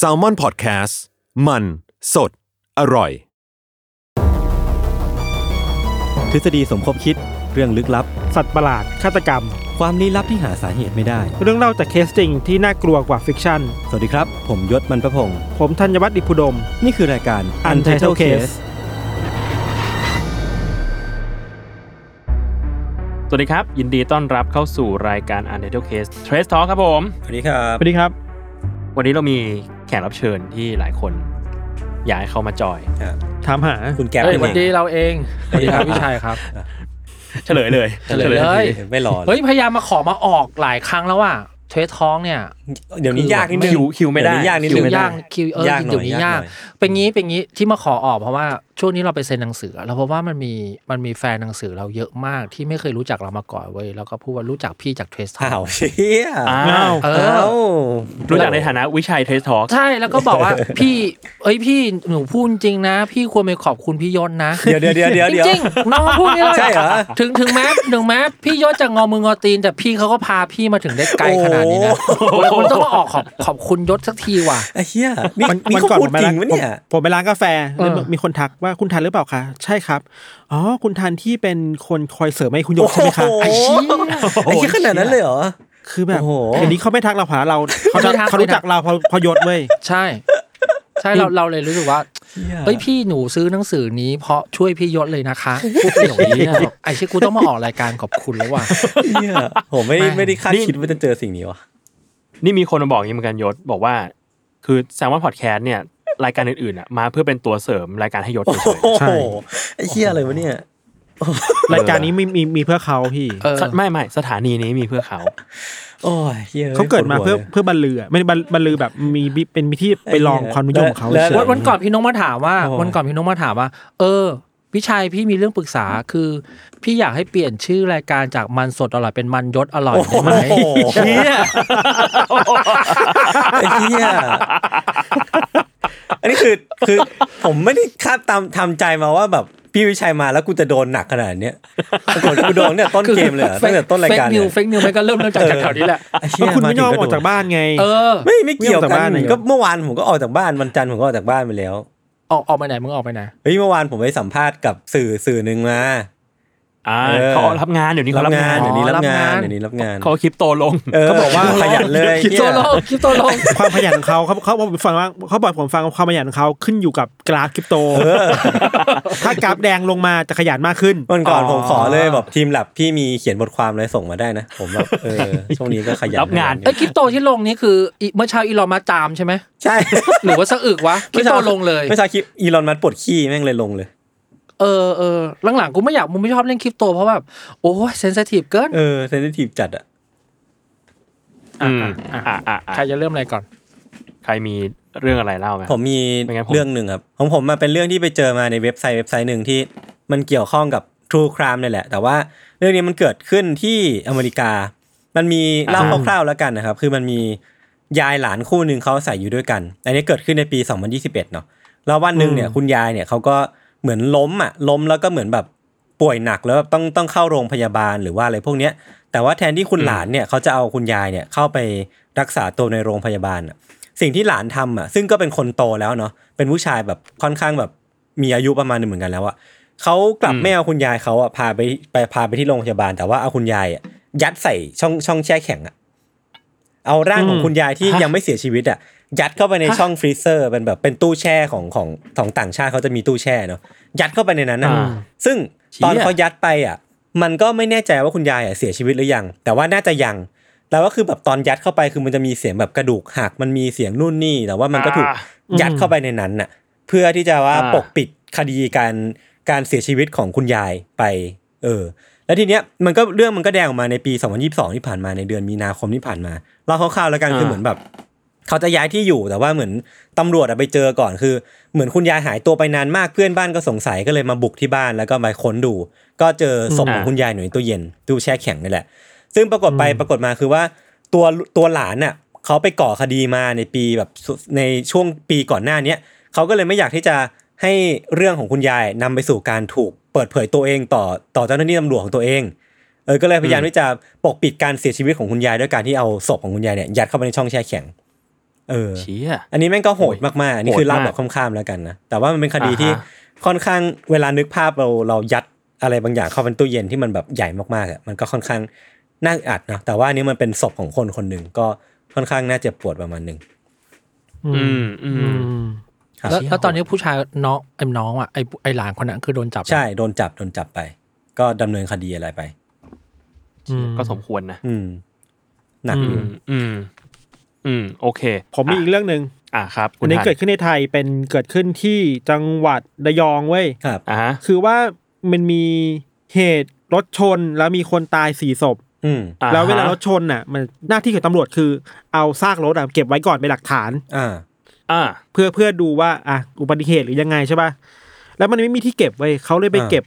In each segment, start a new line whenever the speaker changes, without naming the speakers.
s a l m o n PODCAST มัน สด อร่อย
ทฤษฎีสมคบคิดเรื่องลึกลับ
สัตว์ประหลาด ฆาตกรรม
ความลี้ลับที่หาสาเหตุไม่ได้
เรื่องเล่าจากเคสจริงที่น่ากลัวกว่าฟิกชั่น
สวัสดีครับ ผมยศมันประพงศ์
ผมธัญวัฒน์อิพุดม
นี่คือรายการ
Untitled Case
สวัสดีครับ ยินดีต้อนรับเข้าสู่รายการ u n t i t l e Case Trace Talk ครับผม
สวัสดีครั
ส
บ
วัสดีครับ
วันนี้เรามีแขกรับเชิญที่หลายคน อยากให้เขามาจอย
ถามหา
คุณแก๊ป
เฮ้ย
นั่น
วัน
เอ
ดี
ง
เราเองสวัสดีครับพี่ชายครับ
เฉลยเลย
เฉลยเลย
ไม่รอเล
เฮ้
ย
ยพยายามมาขอมาออกหลายครั้งแล้วว่าเทรดท้องเนี่ย
เดี๋ยวนี้ยากนิดนึง
คิวคิวไม่ได้
เดี๋ยวนี้ยากนิด
คิ
นึ
ว
ง
ยากคิวเออย
ากหน่
เดี๋
อย
ยว
ยาย
นี้าก ก
หน่อย
เป็นงี้เป็นงี้ที่มาขอออกเพราะว่าช่วงนี้เราไปเซ็นหนังสือ แล้วเพราะว่ามันมีมันมีแฟนหนังสือเราเยอะมากที่ไม่เคยรู้จักเรามาก่อนเว้ยแล้วก็พูดว่ารู้จักพี่จากเทรดท้อ
อ้าง วเชี่ย
อ้
อ้า
าว ว
เออ
อ้าว
รู้จักในฐานะวิชัย Trace Talk
ใช่แล้วก็บอกว่า พี่เอ้ยพี่หนูพูดจริงนะ พี่ควรไปขอบคุณพี่ยศนะ
เดี๋ยวเดี๋ยวเดี๋ยวเดี๋ยว
จ
เดี๋ยว
ริงๆน้องเขาพูดนี่เลย
ใช่เหรอ
ถึงถึงแม้ถึงแม้พี่ยศจะงอมืองอตีน แต่พี่เขาก็พาพี่มาถึงได้ไกลขนาดนี้นะมันต้องมาออกขอบขอบคุณยศสักทีว่ะ
ไอ้เหี้ยนี่
วั
นี่
วั
เขา
ก่อน
พูด
ผมไป
จริ
ร้าง น
วะเนี่ย
ผมผมไปร้านกาแฟแล้ว
เออ
มีคนทักว่าคุณทันหรือเปล่าคะใช่ครับ อ๋อ คุณทันที่เป็นคนคอยเสริมให้คุณโยกใช่ไหมคะ
ไอ้เหี้ย
ไอ้
ไอ้เหี้ยขนาดนั้นเลยเหรอ
คือแบบ
โอ้โห
เดี๋ยวนี้เขาไม่ทักเราผ่าเราเขาจะ
ไม่ทัก
เขารู้จักเราเพอพอยศเว้ย
ใช่ ใช่เราเราเลยรู้สึกว่าเอ้ยพี่หนูซื้อหนังสือนี้เพราะช่วยพี่ยศเลยนะคะพูดประโยคนี้อะไอ้เชี่ยกูต้องมาออกรายการขอบคุณแล้วว่ ะ
เหี้ยผมไม่ได้
ไม่
ไม่ได้คาด
นี่
คิดว่าจะเจอสิ่งนี้ว่ะ
นี่มีคนมาบอกอย่างนี้เหมือนกันยศ บอกว่า คือแซมว่าพอดแคสต์เนี่ย รายการอื่นๆอ่ะมาเพื่อเป็นตัวเสริมรายการให้ยศเฉย
โอ้โหไอ้เหี้ยอะไรวะเนี่ย
รายการนี้มีมีมีเพื่อเขาพี่
เออ
ๆไม่ไม่สถานีนี้มีเพื่อเขา
โอ้ยหี้ย
เขาเกิดมาเพื่อ
ปวหัวลย
เพื่อบรรลืออะไม่ได้บรรบรรลือแบบมีบิเป็นมีที่ไปลองความนิยมของเขา
แล้ว
เฉย
แล้
วันวันก่อนพี่นกมาถามว่า
โอ้
วันก่อนพี่นกมาถามว่า เออพี่ชายพี่มีเรื่องปรึกษาคือ พี่อยากให้เปลี่ยนชื่อรายการจากมันสดอร่อยเป็นมันยศอร่อยได้ไหม
โอ้โหไอ้เหี้ยอันนี้คือคือผมไม่ได้คาดตามทำใจมาว่าแบบพี่วิชัยมาแล้วกูจะโดนหนักขนาดเนี้ยปรากฏกูโดนเนี่ยต้นเกมเลยอะตั้งแต่ต้นรายการ
เฟก
เล
นิวย เฟกนิวมันก็เริ่มเริ่มจากแถวๆนี้แหละ
ไอ้เหี้
ก็
ย
คุณไม่ยอม
ถึ
ออกจากบ้านไง
เออ
ไม่ไม่เกี่ยว
ไม่ออกจาก
กั
บ้าน
น
เลย
ก็เมื่อวานผมก็ออกจากบ้านวันจันทร์ผมก็ออกจากบ้านไปแล้ว
ออกออกไปไหนมึงออกไปไหน
เฮ้ยเมื่อวานผมไปสัมภาษณ์กับสื่อสื่อหนึ่งมา
อ่า
เออ
เขารับงานเดี๋ยวนี้
รับ
เขารั
งาง
บานน
เดี๋ยวนี้รับ
อ๋อรับ
งาง
าน น
เดี๋ยวนี้รับงาน
เขาคลิปโตลง
เขาบอกว่าขยันเลย
คลิปโตลงคลิปโตลง
ความขยันของเขาเขาเขาบอกผมฟังว่าเขาบอกผมฟังว่าความขยันของเขาขึ้นอยู่กับกราฟคริปโต ถ้ากราฟแดงลงมาจะขยันมากขึ้น
วันก่อน
อ๋อ
ผมขอเลยแบบทีมหลับพี่มีเขียนบทความอะไรส่งมาได้นะ ผมแบบเออช่วงนี้ก็ขยัน
รับงาน
เอ้ยคริปโตที่ลงนี่คืออีเมื่อเช้าอีลอนมาจามใช่ไหม
ใช่
หรือว่าสะอึกวะคริปโตลงเลย
ไม่ใช่คลิปอีลอนมัสปวดขี้แม่งเลยลงเลย
เออเออหลังๆกูไม่อยากมึงไม่ชอบเล่นคริปโตเพราะแบบโอ้ยเซนซิทีฟเกิน
เออเซนซิทีฟจัดอ่ะ
อืมอ่ะอ่ะ
ใคร
อ่ะ
จะเริ่มอะไรก่อน
ใครมีเรื่องอะไรเล่าไหม
ผมมี
เป็นไงผม
เรื่องหนึ่งครับของผมมาเป็นเรื่องที่ไปเจอมาในเว็บไซต์เว็บไซต์หนึ่งที่มันเกี่ยวข้องกับทรูครามนี่ยแหละ แต่ว่าเรื่องนี้มันเกิดขึ้นที่อเมริกา มันมีเล่าคร่าวๆแล้วกันนะครับ คือมันมียายหลานคู่หนึ่งเขาอาศัยอยู่ด้วยกัน อันนี้เกิดขึ้นในปี 2021 เนาะ แล้ววันหนึ่งเนี่ยคุณยายเนี่ยเขาก็เหมือนล้มอ่ะล้มแล้วก็เหมือนแบบป่วยหนักแล้วแบบต้องต้องเข้าโรงพยาบาลหรือว่าอะไรพวกเนี้ย แต่ว่าแทนที่คุณหลานเนี่ยเขาจะเอาคุณยายเนี่ยเข้าไปรักษาตัวในโรงพยาบาลอะสิ่งที่หลานทำอ่ะซึ่งก็เป็นคนโตแล้วเนาะเป็นผู้ชายแบบค่อนข้างแบบมีอายุประมาณหนึ่งเหมือนกันแล้วอ่ะเขากลับ
อืม
ไม่เอาคุณยายเขาอ่ะพาไปไปพาไปที่โรงพยาบาล แต่ว่าเอาคุณยายอะยัดใส่ช่องช่องแช่แข็งอ่ะเอาร่างของคุณยายที่ยังไม่เสียชีวิตอ่ะ ยัดเข้าไปในช่องฟรีเซอร์เป็นแบบเป็นตู้แช่ของของของต่างชาติเขาจะมีตู้แช่เนาะยัดเข้าไปในนั้นนะ
อ่า
ซึ่ง
เชี่ย
ตอนเขายัดไปอ่ะ มันก็ไม่แน่ใจว่าคุณยายอ่ะเสียชีวิตหรือยัง แต่ว่าน่าจะยังแต่ว่าคือแบบตอนยัดเข้าไปคือมันจะมีเสียงแบบกระดูกหักมันมีเสียงนู่นนี่ แต่ว่ามันก็ถูก
อ่า
ยัดเข้าไปในนั้นน่ะ เพื่อที่จะว่า
อ่า
ปกปิดคดีการการเสียชีวิตของคุณยายไป เออ แล้วทีเนี้ยมันก็เรื่องมันก็แดงออกมาในปี 2022 ที่ผ่านมาในเดือนมีนาคมที่ผ่านมา เราคร่าวๆแล้วกันคือเหมือนแบบ เขาจะย้ายที่อยู่แต่ว่าเหมือนตำรวจอะไปเจอก่อนคือ เหมือนคุณยายหายตัวไปนานมากเพื่อนบ้านก็สงสัยก็เลยมาบุกที่บ้านแล้วก็มาค้นดู ก็เจอศพของ
อ่า
คุณยายหน่อยตู้เย็นตู้แช่แข็งนี่แหละ ซึ่งปรากฏไปปรากฏมาคือว่าตัวตัวหลานน่ะเขาไปก่อคดีมาในปีแบบสุในช่วงปีก่อนหน้าเนี้ยเขาก็เลยไม่อยากที่จะให้เรื่องของคุณยายนำไปสู่การถูกเปิดเผยตัวเองต่อต่อเจ้าหน้าที่ตำรวจของตัวเองเออก็เลยพยายามที่จะปกปิดการเสียชีวิตของคุณยายด้วยการที่เอาศพของคุณยายเนี่ยยัดเข้าไปในช่องแช่แข็งเออ
เชี่ย
อันนี้แม่งก็โหดมากๆ อันนี้
โหด
คือเล่าแบบ
มาก
ข้ามๆแล้วกันนะ แต่ว่ามันเป็นคดีที่
อ่าฮะ
ค่อนข้างเวลานึกภาพเราเรายัดอะไรบางอย่างเข้าเป็นตู้เย็นที่มันแบบใหญ่มากๆอ่ะ มันก็ค่อนข้างน่าอึดอัดนะ แต่ว่าอันนี้มันเป็นศพของคนคนหนึ่งก็ค่อนข้างน่าเจ็บปวดประมาณหนึ่ง
อืมอื
อื
ม
ม
ครับ
แล้วแล้วตอนนี้ผู้ชายน้องไอ้น้องอ่ะไอ้ไอ้หลานคนนั้นคือโดนจับ
ใช่ โดนจับ โดนจับไป ก็ดำเนินคดีอะไรไป
อืม
ก็สมควรนะ
อืม หนัก
อื
อยู่
มอืมอืมโอเค
ผมมีอีกเรื่องหนึ่ง
อ่ะครับคุ
อั
ณ
นนี้
ทัน
เกิดขึ้นในไทยเป็นเกิดขึ้นที่จังหวัดระยองเว้ย
ครับ
อ่ะฮะ
คือว่ามันมีเหตุรถชนแล้วมีคนตายสี่ศพ
อืม
อ่ะฮะ
แล้วเวลารถชนน่ะ มันหน้าที่ของตำรวจคือเอาซากรถอ่ะเก็บไว้ก่อนเป็นหลักฐาน
อ่า
อ่ะ
เพื่อเพื่อดูว่าอ่ะอุบัติเหตุหรือยังไงใช่ป่ะแล้วมันไม่มีที่เก็บไว้ยเขาเลยไป
อ่า
เก็บ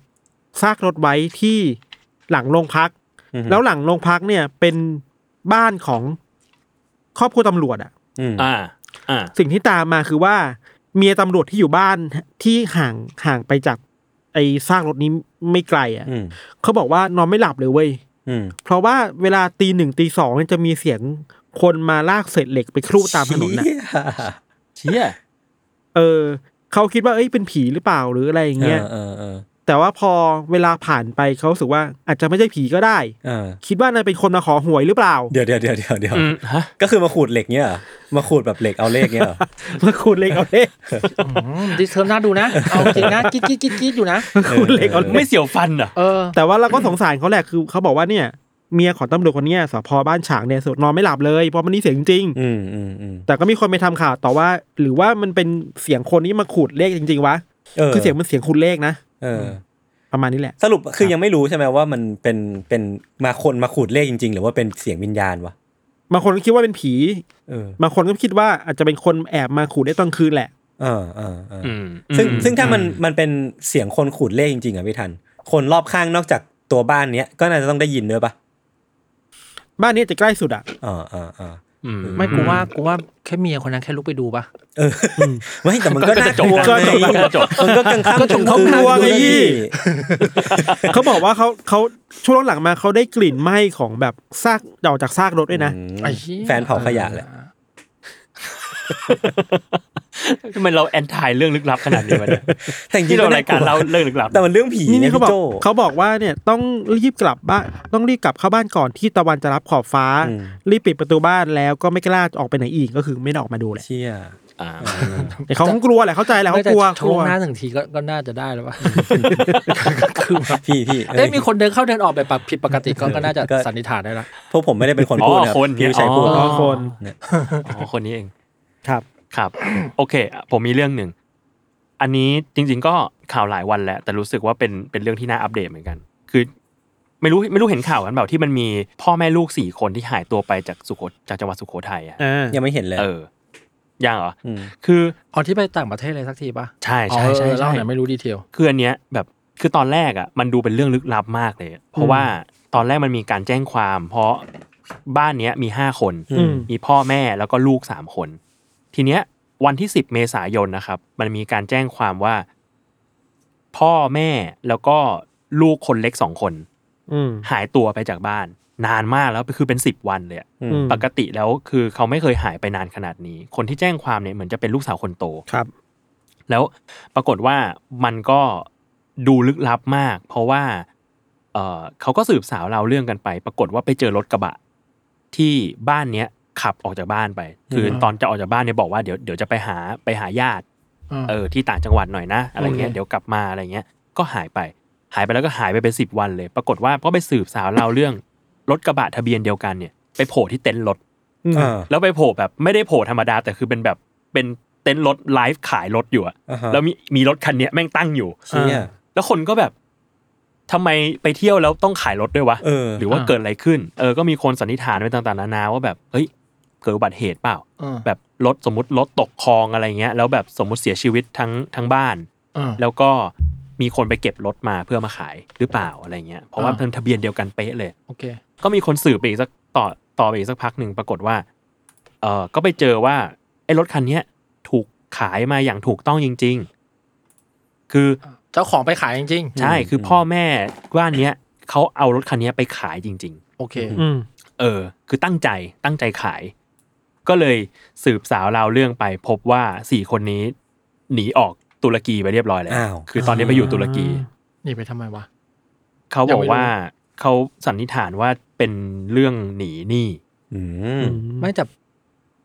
ซากรถไว้ที่หลังโรงพัก
อืม
แล้วหลังโรงพักเนี่ยเป็นบ้านของครอบครัวตำรวจอ่ะ
อืม
อ่ะอ่ะ
สิ่งที่ตามมาคือว่าเมียตำรวจที่อยู่บ้านที่ห่างห่างไปจากไอ้ซากรถนี้ไม่ไกลอ่ะ
อืม
เขาบอกว่านอนไม่หลับเลยเว้ย
อืม
เพราะว่าเวลาตีหนึ่งตีสองเนี่ยจะมีเสียงคนมาลากเศษเหล็กไปครูดตามถนนน่ะ
เชี่ย
เชี่ย
เออเขาคิดว่าเอ้ยเป็นผีหรือเปล่าหรืออะไรอย่างเงี้ย
เออเออ
แต่ว่าพอเวลาผ่านไปเขารู้สึกว่าอาจจะไม่ใช่ผีก็ได้
เออ
คิดว่านายเป็นคนมาขอหวยหรือเปล่า
เดี๋ยวเดี๋ยวเดี๋ยวเดี๋ยวเดี๋ยว
อืมฮะ
ก็คือมาขูดเหล็กเนี้ยเหรอมาขูดแบบเหล็กเอาเลขเนี้ยเหรอ
มาคุณเล็กเอาเลข
อืมดิสเทอร์มน่าดูนะ เอาจริงนะกิ๊ดกิ๊ดกิ๊ดกิ๊ดอยู่นะ
มาคุณเล็กเอาเล
ไม่
ข
เสียวฟันเหรอ่ะ
เออ
แต่ว่าเราก็สงสารเขาแหละคือเขาบอกว่าเนี่ยเมียของตำรวจคนเนี้ยสพบ้านฉางเนี่ยนอนไม่หลับเลยเพราะมันนี่เสียงจริง
อืมอืมอืม
แต่ก็มีคนไปทำข่าวต่อว่า หรือว่ามันเป็นเสียงคนที่มาขูดเลขจริง ๆวะคือเสียงมันเสียงขูดเลขนะ
เออ
ประมาณนี้แหละ
สรุปคือยังไม่รู้ใช่ไหมว่ามันเป็นเป็นมาคนมาขูดเลขจริง ๆ หรือว่าเป็นเสียงวิญญาณวะ
บางคนก็คิดว่าเป็นผี
เออบ
างคนก็คิดว่าอาจจะเป็นคนแอบมาขู่ได้ตอนคืนแหละ
เออเออเอออ
อืม
ซึ่ง
อื
ซึ่งถ้ามันมันเป็นเสียงคนขูดเลขจริงๆอ่ะพี่ทัน คนรอบข้างนอกจากตัวบ้านเนี้ยก็น่าจะต้องได้ยินด้วยปะ
บ้านนี้จะใกล้สุดอ่ะ
อ่าอ่าอ่า
อืม
ไม่กูว่ากูว่าแค่เมียคนนั้นแค่ลุกไปดูปะ
เอออไม่แต่มันก็น่ากลัว
ก็จบ
ไง
ก็จบ
มันก็กังขา
ก็จบ
คืน
ก็กลัวไง
ดู
พี่
ดิ
เขาบอกว่าเขาเขาช่วงหลังมาเขาได้กลิ่นไหม้ของแบบซากเดาจากซากรถด้วยนะ
อืม
ไอ้เหี้ย
แฟนเผาขยะแหละ
ทำไมเราแอนทายเรื่องลึกลับขนาดนี้วะเนี่ย
แต่จริ
ที่
งๆ
เรา
ก็น่
รายการเราเรื่องลึกลับ
แต่มันเรื่องผี
นี่
ไง
นี่เขาบอ
พี่โจ
กเขาบอกว่าเนี่ยต้องรีบกลับบ้านต้องรีบกลับเข้าบ้านก่อนที่ตะวันจะรับขอบฟ้า
อืม
รีบปิดประตูบ้านแล้วก็ไม่กล้าออกไปไหนอีกก็คือไม่ได้ออกมาดูแหละ
เชี่ย
อ่า
แต่เขาคงกลัวแหละเข้าใจแหละเขา
ไม่แต่
กลัว
ช
กลัว
งหน้าหนึ่งทีก็ก็น่าจะได้แล้วปะคือแบบ
พี่พี่เอ้ย
ได้มีคนเดินเข้าเดินออกแบบผิดปกติก็ก็น่าจะสันนิษฐานได้ละ
พวกผมไม่ได้เป็นคนพูด
อ๋อ
นะ
คนเนี่
พี่
ย
วิชัยพูด
อ๋อคน
อ๋อคนนี้เอง
ครับ
ครับ โอเคอ่ะผมมีเรื่องหนึ่ง อันนี้จริง ๆ ก็ข่าวหลายวันแหละ แต่รู้สึกว่าเป็นเป็นเรื่องที่น่าอัปเดตเหมือนกัน คือ ไม่รู้ไม่รู้เห็นข่าวกันเปล่าที่มันมีพ่อแม่ลูกสี่คนที่หายตัวไปจากสุโขจากจังหวัดสุโขทัยอ่ะ
อ่า
ยังไม่เห็นเลย
เออยังเหรอ
ม
คือ
อ๋อที่ไปต่างประเทศเลยสักทีปะ
ใช่ใช่
อ๋อ
ใช่
เออเล่า
ใช่
หน่อยไม่รู้ดีเทล
คืออันเนี้ยแบบคือตอนแรกอ่ะมันดูเป็นเรื่องลึกลับมากเลยอะเพราะว่าตอนแรกมันมีการแจ้งความ เพราะบ้านเนี้ยมีห้าคน
อืม
มีพ่อแม่แล้วก็ลูกสามคน ทีเนี้ยวันที่สิบเมษายนนะครับ มันมีการแจ้งความว่า พ่อแม่แล้วก็ลูกคนเล็กสองคน
อืม
หายตัวไปจากบ้าน นานมากแล้วคือเป็นสิบวันเลยอะ
อื
อื
ม
ม
ปกติแล้วคือเขาไม่เคยหายไปนานขนาดนี้ คนที่แจ้งความเนี่ยเหมือนจะเป็นลูกสาวคนโต
ครับ
แล้วปรากฏว่ามันก็ดูลึกลับมาก เพราะว่าเออเขาก็สืบสาวเราวเรื่องกันไป ปรากฏว่าไปเจอรถกระบะ ที่บ้านเนี้ยขับออกจากบ้านไป คืออ
ม
ตอนจะออกจากบ้านเนี่ยบอกว่าเดี๋ยวเดี๋ยวจะไปหาไปหาญาติ
อ่า
เออที่ต่างจังหวัดหน่อยนะอะไรเงี้ย
โอเค
เดี๋ยวกลับมาอะไรเงี้ยก็หายไป หายไปแล้วก็หายไปเป็นสิบวันเลย ปรากฏว่าก็ไปสืบสาวเราวเรื่องรถกระบะทะเบียนเดียวกันเนี่ยไปโผล่ที่เต็นท์รถ
อ่า
แล้วไปโผล่แบบไม่ได้โผล่ธรรมดาแต่คือเป็นแบบเป็นเต็นท์รถไลฟ์ขายรถอยู่อะ
อ่าฮะ
แล้วมีมีรถคันเนี้ยแม่งตั้งอยู่
เชี่ย
แล้วคนก็แบบทำไมไปเที่ยวแล้วต้องขายรถด้วยวะ
เออ
หรือว่า
อ่า
เกิดอะไรขึ้น เออก็มีคนสันนิษฐานไปต่างๆนานาว่าแบบเฮ้ย เกิดอุบัติเหตุเปล่า
เออ
แบบรถสมมติรถตกคลองอะไรเงี้ยแล้วแบบสมมติเสียชีวิตทั้งทั้งบ้าน
เออ
แล้วก็มีคนไปเก็บรถมาเพื่อมาขายหรือเปล่าอะไรเงี้ยเพราะว่า
อ่า
เป็นทะเบียนเดียวกันเป๊ะเลย
โอเค
ก็มีคนสืบไปอีกสักต่อต่อไปอีกสักพักหนึ่งปรากฏว่า เออก็ไปเจอว่าไอ้รถคันเนี้ยถูกขายมาอย่างถูกต้องจริง ๆ คือ
เจ้าของไปขายจริง
ใช่คือพ่อแม่บ้านเนี้ยเขาเอารถคันเนี้ยไปขายจริง ๆ
ๆ โอเค
อืม
เออ คือตั้งใจ ตั้งใจขาย ก็เลยสืบสาวราวเรื่องไป พบว่าสี่คนนี้ หนีออกตุรกีไปเรียบร้อยแล้ว
อ้าว
คือตอนนี้ไปอยู่ตุรกี
นี่ไปทำไมวะ
เขาบอกว่า
ยังไม่
เขาสันนิษฐานว่าเป็นเรื่องหนีหนี้
อืม
ไม่แต่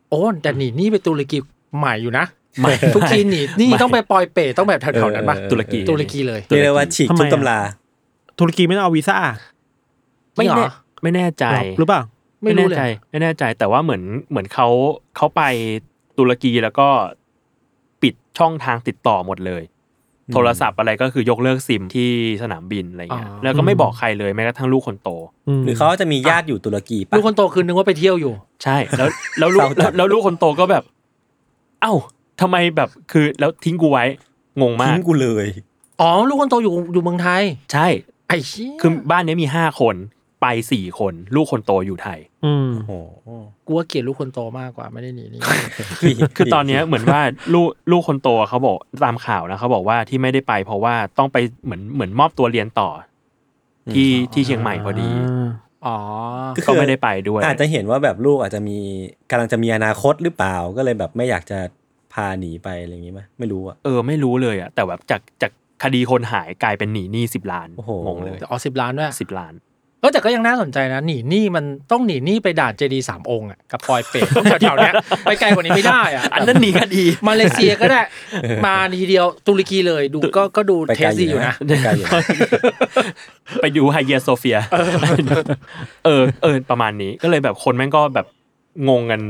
โอ้แต่หนีหนี่ไปตุรกีใหม่อยู่นะ
ใหม่
ทุกทีหนีหนี่
ใหม่
ต้องไปปอยเปตต้องแบบแถวๆนั้นปะ
เออ
ตุรกี
ตุรกีเลย
เรียกได้ว่าฉีก
ทำไม
ทุก
อะ
ตำรา
ตุรกีไม่ต้องเอาวีซ่า
ไม่
จริงเหร
แน่
อ
ไม่แน่ใจ
หรือเปล่า
ไม่
ไม่
รู้
แน่
เลย
ใจไม่แน่ใจแต่ว่าเหมือนเหมือนเขาเขาไปตุรกีแล้วก็ปิดช่องทางติดต่อหมดเลย
อืม
โทรศัพท์อะไรก็คือยกเลิกซิมที่สนามบินอะไรเงี้ย
อ๋อ
แล้วก็ไม่บอกใครเลยแม้กระทั่งลูกคนโต
หรือเขาจะมีญาติอยู่ตุรกีปะ
ลูกคนโตคือนึกว่าไปเที่ยวอยู่
ใช่ แล้วแล้วลูก
เศร้าจัด
แล้วลูกคนโตก็แบบ เอ้าทำไมแบบคือแล้วทิ้งกูไว้งงมาก
ทิ้งกูเลย
อ๋อ ลูกคนโตอยู่อยู่เมืองไทย
ใช่
ไอ้เชี่ย
คือบ้านเนี้ยมีห้าคนไปสี่คน ลูกคนโตอยู่ไทย
โอ้โห
กูว่าเกลียดลูกคนโตมากกว่าไม่ได้หนี นี่
คือตอนเนี้ยเหมือนว่าลูกลูกคนโตเขาบอกตามข่าวนะเขาบอกว่าที่ไม่ได้ไปเพราะว่าต้องไปเหมือนเหมือนมอบตัวเรียนต่ออที่ที่เชียงใหม่พอดี
อ๋อ
คือ
ก็ไม่ได้ไปด้วย
อาจจะเห็นว่าแบบลูกอาจจะมีกำลังจะมีอนาคตหรือเปล่าก็เลยแบบไม่อยากจะพาหนีไปอะไรอย่างงี้ไหมไม่รู้อ่ะ
เออไม่รู้เลยอ่ะแต่แบบจากจากคดีคนหายกลายเป็นหนีหนี้สิบล้าน
โอ้โห
งงเลย
อ๋อสิบล้านด้วย
สิบล้าน
เออแต่ก็ยังน่าสนใจนะ หนีหนี้มันต้องหนีหนี้ไปด่านเจดีสามองค์อะกับปอยเปตต้อง แถวๆเนี้ยไปไกลกว่านี้ไม่ได้อะ
อันนั้นหนีคดี
มาเลเซียก็ได้ มาทีเดียวตุรกีเลยดูก็ก็ดู
ไป
เท
ไกล
สดีอยู่นะ
ไปไกลอยู่นะ
ไปดูไฮเยโซเฟีย เออเออประมาณนี้ก็เลยแบบคนแม่งก็แบบงงกัน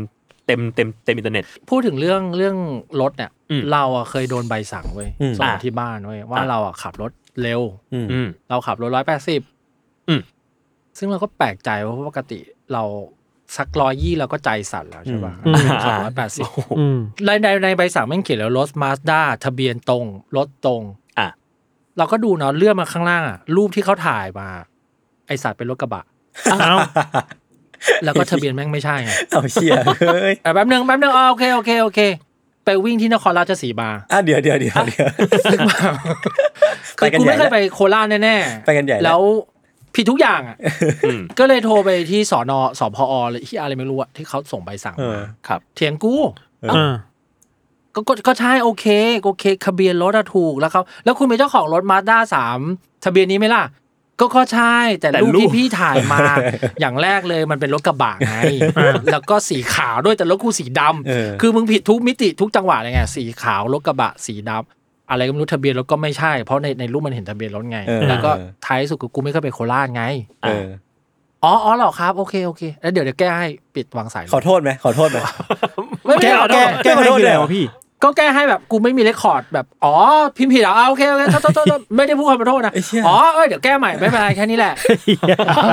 เต็มเต็มเต็มอินเทอร์เน็ต
พูดถึงเรื่องเรื่องรถเนี่ย
อืม
เราอะเคยโดนใบสั่งเว้ย
อืม
ส่ง
อ่ะ
ที่บ้านเว้ยว่า
อ่ะ
เราอะขับรถเร็ว
อืม
อืม
เราขับรถร้อยแปดสิบ
อืม
ซึ่งเราก็แปลกใจว่าเพราะปกติเราสักร้อยยี่เราก็ใจสั่นแล้วใช่ป่ะ
อืม
ขับร้อยแปดสิบ
โอ้โห
ในในในใบสั่งแม่งเขียนแล้วรถมาสด้าทะเบียนตรง รถตรง
อ่ะ
เราก็ดูเนาะเลื่อนมาข้างล่างอะรูปที่เขาถ่ายมา ไอสัตว์เป็นรถกระบะ
เอ้า
แล้วก็ทะเบียนแม่งไม่ใช่ไง
เอาเชี่ยเฮ้ย
อ่ะแป๊บนึงแป๊บนึงอ๋อโอเคโอเคโอเค ไปวิ่งที่นครราชสี มา
อ่ะเดี๋ยวเดี๋ยวเดี๋ยวเดี๋ยว
คือกูไม่เคยไปโคราชแน่ๆ
ไปกันใหญ่แล้ว
แล้วผิดทุกอย่างอ่ะ
อืม
ก็เลยโทรไปที่สอนอสพอหรือที่อะไรไม่รู้อะที่เขาส่งใบสั่ง
เอ
มา
อ
ครับ
เถียงกู
เออ
ก็ก็ก็ใช่โอเคโอเคทะเบียนรถอะถูกแล้วเขาแล้วคุณเป็นเจ้าของรถมาด้าสามทะเบียนนี้ไหมล่ะ ก็ก็ใช่ แต่
แต่
รูป
รูป
ที่พี่ถ่ายมา อย่างแรกเลยมันเป็นรถกระบะไงแล้วก็สีขาวด้วยแต่รถกูสีดำ
เออ
คือมึงผิดทุกมิติทุกจังหวะเลยไงสีขาวรถกระบะสีดำอะไรก็ไม่รู้ทะเบียนรถก็ไม่ใช่เพราะในในรูปมันเห็นทะเบียนรถไง
เออ
แล้วก็
เออ
ท้ายสุดคือกูไม่เคยไปโคราชไง
เออ
อ๋ออ๋อเหรอครับโอเคโอเคแล้วเดี๋ยวเดี๋ยวแก้ให้ปิดวางสายเลย
ขอโทษไหมขอโทษไหม
ไม่
แก้
ไม่เอา
แก้แก้ให้คืออะไรวะพี่
ก็แก้ให้แบบกูไม่มีเรคคอร์ดแบบ อ๋อ พิมพ์ผิดเหรออ่ะโอเคโอเคโทษโทษโทษโทษไม่ได้พูดคำขอโทษนะ
ไอ้เชี่ย
อ๋อเอ้ยเดี๋ยวแก้ใหม่ไม่เป็นไรแค่นี้แหละ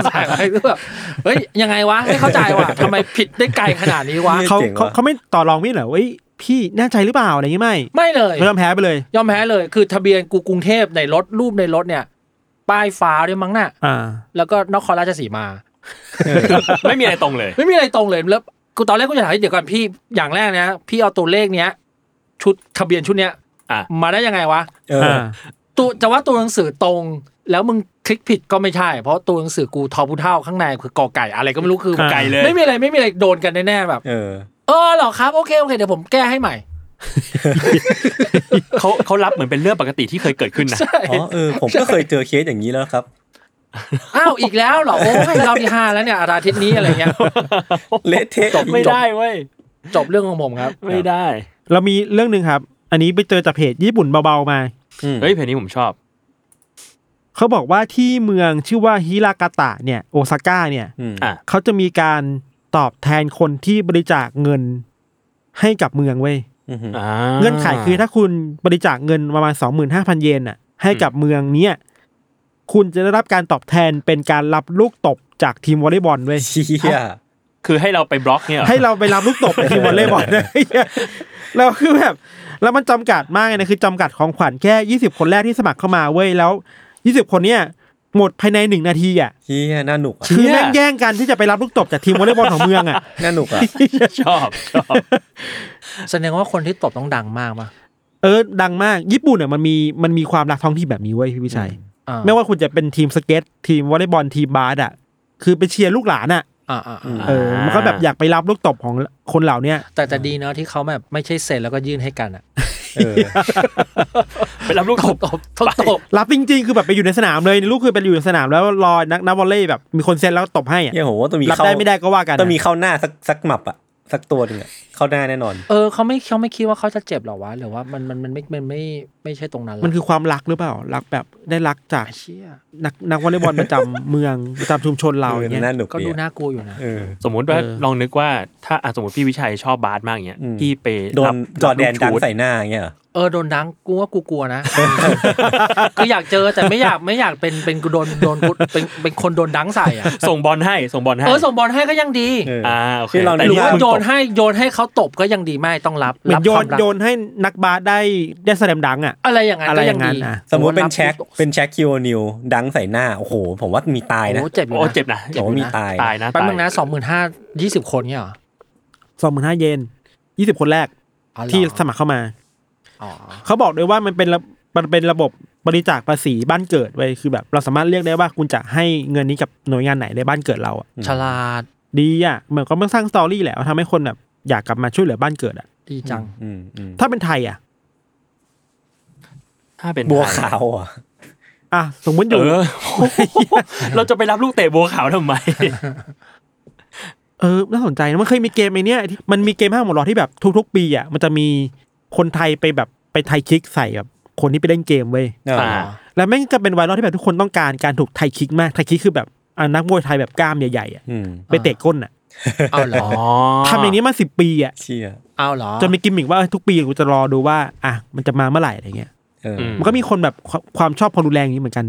ใส่ไปก็แบบเฮ้ยยังไงวะไม่เข้าใจว่ะทำไมผิดได้ไกลขนาดนี้วะ
เขา
เจ๋งว่ะ
เขาเขาไม่ต่อรองไม่เหรอเอ้ยพี่แน่ใจหรือเปล่าอะไรอย่างงี้ไม่
ไม่เลย
ไม่ยอมแพ้ไปเลย
ยอมแพ้เลยคือทะเบียนกูกรุงเทพในรถรูปในรถเนี่ย ป้ายฟ้าด้วยมั้งน่ะ
อ่า
แล้วก็นครราชสีมา
ไม่มีอะไรตรงเลย
ไม่มีอะไรตรงเลยแล้วกูตอนแรกกูจะถามเดี๋ยวก่อนพี่อย่างแรกนะพี่เอาตัวเลขเนี้ยชุดทะเบียนชุดเนี้ย
อ่ะ
มาได้ยังไงวะ
เออ
อ่า
ตัวแต่ว่าตัวหนังสือตรงแล้วมึงคลิกผิดก็ไม่ใช่ เพราะตัวหนังสือกูทอผู้เท่าข้างในคือกอไก่อะไรก็ไม่รู้คือ
ไก่เลย
ไม่มีอะไรไม่มีอะไรโดนกันแน่ๆแบบ
เออ
เออเหรอครับโอเคโอเคเดี๋ยวผมแก้ให้ใหม่
เขาเขารับเหมือนเป็นเรื่องปกติที่เคยเกิดขึ้นนะ
ใช่
อ๋อ เออ ผมก็เคยเจอเคสอย่างนี้แล้วครับ
อ้าวอีกแล้วเหรอโอ้ยเราที่ห้าแล้วเนี่ยอาทิตย์นี้อะไรเงี้ย
เละเทะ
จบไม่ได้เว้ย
จบเรื่องของผมครับ
ไม่ได้
เรามีเรื่องหนึ่งครับ อันนี้ไปเจอจากเพจญี่ปุ่นเบาๆมา
อืม
เฮ้ยเพลงนี้ผมชอบ
เขาบอกว่าที่เมืองชื่อว่าฮิรากาตะเนี่ยโอซาก้าเนี่ย
อืม
อ่ะ
เขาจะมีการตอบแทนคนที่บริจาคเงินให้กับเมืองเว้ย
อืม
อ่า
เงื่อนไขคือถ้าคุณบริจาคเงินประมาณสองหมื่นห้าพันเยนน่ะให้กับเมืองเนี้ยคุณจะได้รับการตอบแทนเป็นการรับลูกตบจากทีมวอลเลย์บอลเว้ย
เชี่ย
คือให้เราไปบล็อกเนี่ยรอ
ให้เราไปรับลูกตบใน ทีมวอลเลย์บอลเลย เราคือแบบแล้วมันจำกัดมากเลยนะคือจำกัดของขวัญแค่ยี่สิบคนแรกที่สมัครเข้ามาเว้ยแล้วยี่สิบคนเนี่ยหมดภายในหนึ่งนาทีอ่ะ
เฮียน่าหนุกอ่ะ
คือแม่งแย่งกันที่จะไปรับลูกตบจากทีมวอลเลย์บอลของเมืองอ่ะ
น่าหนุกอ่ะ
ชอบชอบ
แสดงว่าคนที่ตบต้องดังมากมา
เออดังมากญี่ปุ่นเนี่ยมันมีมันมีความรักท้องที่นแบบนี้เว้ยพี่วิชัย
อ่า
ไม่ว่าคุณจะเป็นทีมสเก็ตทีมวอลเลย์บอลทีมบาสอ่ะคือไปเชียร์ลูกหลานอ่ะ
อ่าอ่าอ่า
เออมันก็แบบอยากไปรับลูกตบของคนเหล่าเนี้ย
แต่แต่ดีเนาะที่เขาแบบไม่ใช่เซ็นแล้วก็ยื่นให้กันอ่ะ
เออ
ไปรับลูก
ต
ต
บบ ตบต้องตบ
รับจริงๆ คือแบบไปอยู่ในสนามเลยลูกคือไปอยู่ในสนามแล้วรอนักนักวอลเลย์แบบมีคนเซ็นแล้วตบให้อะ
เฮียโหว่าต้องมี
รับ
เข้า
ได้ไม่ได้ก็ว่ากัน
ต้องมีเข้าหน้าสักสักหมับอ่ะสักตัวหนึงอ่ะเข้าหน้าแน่นอน
เออเขาไม่เขาไม่คิดว่าเขาจะเจ็บหรอวะหรือว่ามันมันมันไม่มันไม่ไม่ใช่ตรงนั้นหร
มันคือความรักหรือเปล่า รักแบบได้รักจาก
ไอ้เชี่ย
นักนักวอลเลย์บอลประจำ เมืองประจำชุมชนเราอย่างเงี้ย
น่าหนุก
ก็ดูน่ากลัวอยู่นะ
เออ
สมมุติว่า
เออ
ลองนึกว่าถ้าอ่ะสมมติพี่วิชัยชอบบาสมากอย่างเงี้ย
อืม
พี่ไป
โด
รั
น
บ
จอร์แดน
รับ
ดัง
ลูกชูต
ใส่หน้าอย่างเงี้ยเหรอ
เออโดนดังกูว่ากูกลัวนะ ก็อยากเจอแต่ไม่อยากไม่อยากเป็นเป็นกูโดนโดนกูเป็นเป็นคนโดนดังใส่อ่ะ
ส่งบอลให้ส่งบอลให้
เออส่งบอลให้ก็ยังดี
เออ
อ่าโอเค
ที่เรา
แต่
หรือว่า
ที่
โยนให้โยนให้เขาตบก็ยังดีไม่ต้องรับ
เหมือ
รับ
นโย
คน วามรัก
โยนให้นักบาสได้ได้แสดงดังอ่ะ
อะไรอย่างนั้น
อะไร
ก็
อ
ยั
ย่าง งนั้น
ดี
อ่ะ
สมมติเป็นแช็ค
โอ้
เป็นแช็คคิโอนิวดังใส่หน้าโอ้โห ผมว่ามีตายนะ
โหเจ็บอยู่
โอ้
นะ
เจ็บนะ
ผมว่ามีตาย
ตายนะ
แป๊บ
ตาย
นึงนะสองหมื่นห้ายี่สิบคนเนี่ยเหรอ
สองหมื่นห้าเยนยี่สิบคนแรก
อ๋อเหรอ
ที่สมัครเข้ามา
อ๋อ
เขาบอกด้วยว่ามันเป็นระมันเป็นระบบบริจาคภาษีบ้านเกิดไว้ยคือแบบเราสามารถเรียกได้ว่าคุณจะให้เงินนี้กับหน่วยงานไหนในบ้านเกิดเราอะ
ฉลาด
ดีอ่ะเหมือนก็มันสร้างสตอรี่แหละว่าทำให้คนแบบอยากกลับมาช่วยเหลือบ้านเกิดอ่ะ
ดีจัง
อืมอืม
ถ้าเป็นไทยอ่ะ
ถ้าเป็น
บัว
ไทย
ขาวอ่ะ
อ่ะสมมติอ
เอยู่ อ เราจะไปรับลูกเตะบัวขาวทำไม
เออน่าสนใจนะมันเคยมีเกมไอเนี้ยที่มันมีเกมห้างหมดรอที่แบบทุก ๆ ปีอ่ะมันจะมีคนไทยไปแบบไปไทยคิกใส่แบบคนที่ไปเล่นเกมเว้ย
อ่า
แล้วแม่งก็เป็นไวรัลที่แบบทุกคนต้องการการถูกไทยคิกมากไทยคิกคือแบบอ่ะนักมวยไทยแบบกล้ามใหญ่ๆอ่ะ
อืม
ไปเตะก้นอ่ะ
เอาเหรอ
อ๋อ
ทำอย่างนี้มาสิบปีอ่ะ
เชี่ย
เอาเหรอ
จนมีกิมมิกว่าเออทุกปีกูจะรอดูว่าอ่ะมันจะมาเมื่อไหร่อะไรเงี้ย
เออ
อื
อ
มันก็มีคนแบบความความชอบความรุนแรงอย่างนี้เหมือนกัน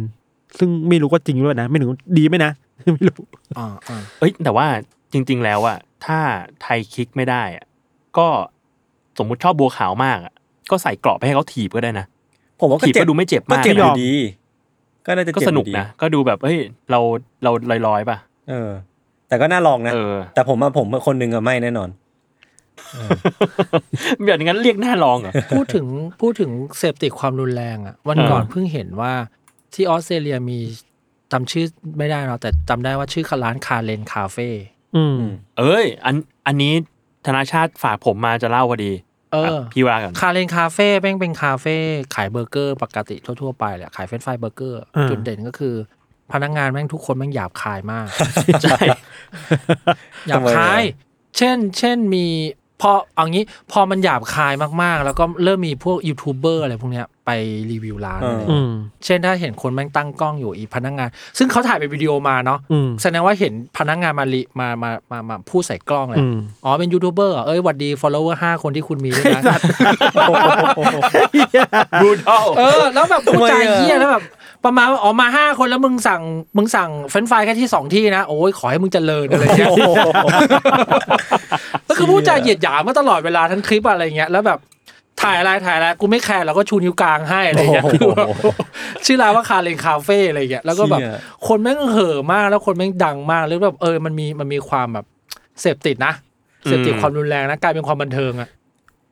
ซึ่งไม่รู้ก็จริงด้วยนะ ไม่รู้ดีไหมนะ ไม่รู้
อ่าอ่า
เอ้ยแต่ว่าจริง ๆ แล้วอะถ้าไทยคิกไม่ได้อะก็สมมุติชอบบัวขาวมากอะก็ใส่เกราะไปให้เขาถีบก็ได้นะ
ผมว่าก็
ถีบ
เจ็บ
ก็ดูไม่เจ็บ
ก็
มาก
เจ็บอ
ไม่ยอม
ยู่ดี ก็น่าจะ
ก็
เจ็บ
สนุก
อยู่ดี
นะก็ดูแบบเฮ้ยเราเราลอยๆป่ะ
เออ แต่ก็น่าลองนะ
เออ
แต่ผมอะผมคนหนึ่งอะไม่แน่นอน
แบบนั้นเรียกหน้าลองเหรอ
พูดถึงพูดถึงเสพติดความรุนแรงอ่ะ วัน
เออ
ก่อนเพิ่งเห็นว่าที่ออสเตรเลียมีจำชื่อไม่ได้เนาะแต่จำได้ว่าชื่อร้านคาเลนคาเฟ่
อืม
เอ้ย อันอันนี้ธนาชาติฝากผมมาจะเล่าพอดี
เออ
ะพี่ว่ากัน
คาเรนคาเฟ่แม่งเป็นคาเฟ่ขายเบอร์เกอร์ปกติทั่วๆไปแหละขายเฟรนช์ฟรายเบอร์เกอร์
อ่า
จุดเด่นก็คือ พนักงานแม่งทุกคนแม่งหยาบคายม าก
ใช่
หยาบคาย เช่น เช่นมีพอเอางี้พอมันหยาบคายมากๆ แล้วก็เริ่มมีพวกยูทูบเบอร์อะไรพวกเนี้ยไปรีวิวร้าน
อ่า
อะไร
อื
เงี้ย
ม
เช่นถ้าเห็นคนแม่งตั้งกล้องอยู่อีพนักงาน ซึ่งเขาถ่ายเป็นวิดีโอมาเนาะ
อืม
แสดงว่าเห็นพนักงานมาลิมามามามาพูดใส่กล้องเลย
อืม
อ๋อเป็นยูทูบเบอร์เหรอเอ้ยหวัดดี follower ห้าคนที่คุณมีด้วยนะ
บรูทัล
เออแล้วแบบพูดจา
ทำไมอะ
เหี้ยแล้วแบบประมาณว่าออกมาห้าคนแล้วมึงสั่งมึงสั่งเฟรนช์ฟรายแค่ที่สองที่นะโอ้ยขอให้มึงเจริญอะไรเงี้ยก็คือพูดจาเหยียดหยามมาตลอดเวลาทั้งคลิปอะไรเงี้ยแล้วแบบถ่ายอะไรถ่ายอะไรกูไม่แคร์เราก็ชูนิ้วกลางให้อะไรเงี้ยคือแบบชื่อร้านว่าคาเลนคาเฟ่อะไรเงี้ยแล้วก็แบบ
เชี่ย
คนแม่งเห่อะมากแล้วคนแม่งดังมากแล้วแบบเออมันมีมันมีความแบบเสพติดนะเสพติดความรุนแรงนะกลายเป็นความบันเทิงอะ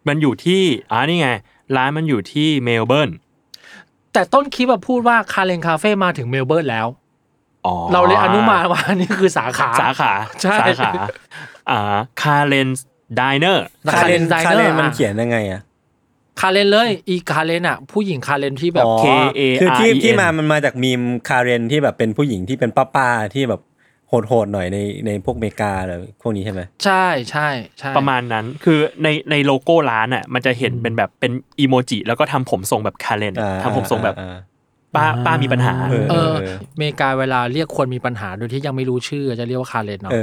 มันอยู่ที่อ่านี่ไง ร้านมันอยู่ที่เมลเบิร์น
แต่ต้นคลิปอะพูดว่าคาเลนคาเฟ่มาถึงเมลเบิร์นแล้ว
อ๋อ
เราเลยอนุมานว่า นี่คือสาขา
สาขา
ใช่
สาขาอ่าคาเลนดิเนอร์
แต่
คาเลน
Diner
คาเลนมัน
อะ
เขียนยังไงอ่ะ
คาเลนเลย อีคาเลนอะผู้หญิงคาเลนที่แบบ
อ๋อ
K A R E N
คือที่ที่มามันมาจากมีมคาเรนที่แบบเป็นผู้หญิงที่เป็นป้าๆที่แบบโหดๆหน่อยในในพวกอเมริกาอะไรพวกนี้ใช่ไหม
ใช่ใช่ใช่
ประมาณนั้นคือในในโลโก้ร้านอ่ะมันจะเห็นเป็นแบบเป็นอีโมจิแล้วก็ทำผมทรงแบบคาเลน
อ่า
ทำผมทรงแบบ
อ่า
ป้าป้ามีปัญหา
เออ
เอ
เอ
อ
อ
อเมริกาเวลาเรียกคนมีปัญหาโดยที่ยังไม่รู้ชื่อจะเรียกว่าคาเลนเนาะ
เอ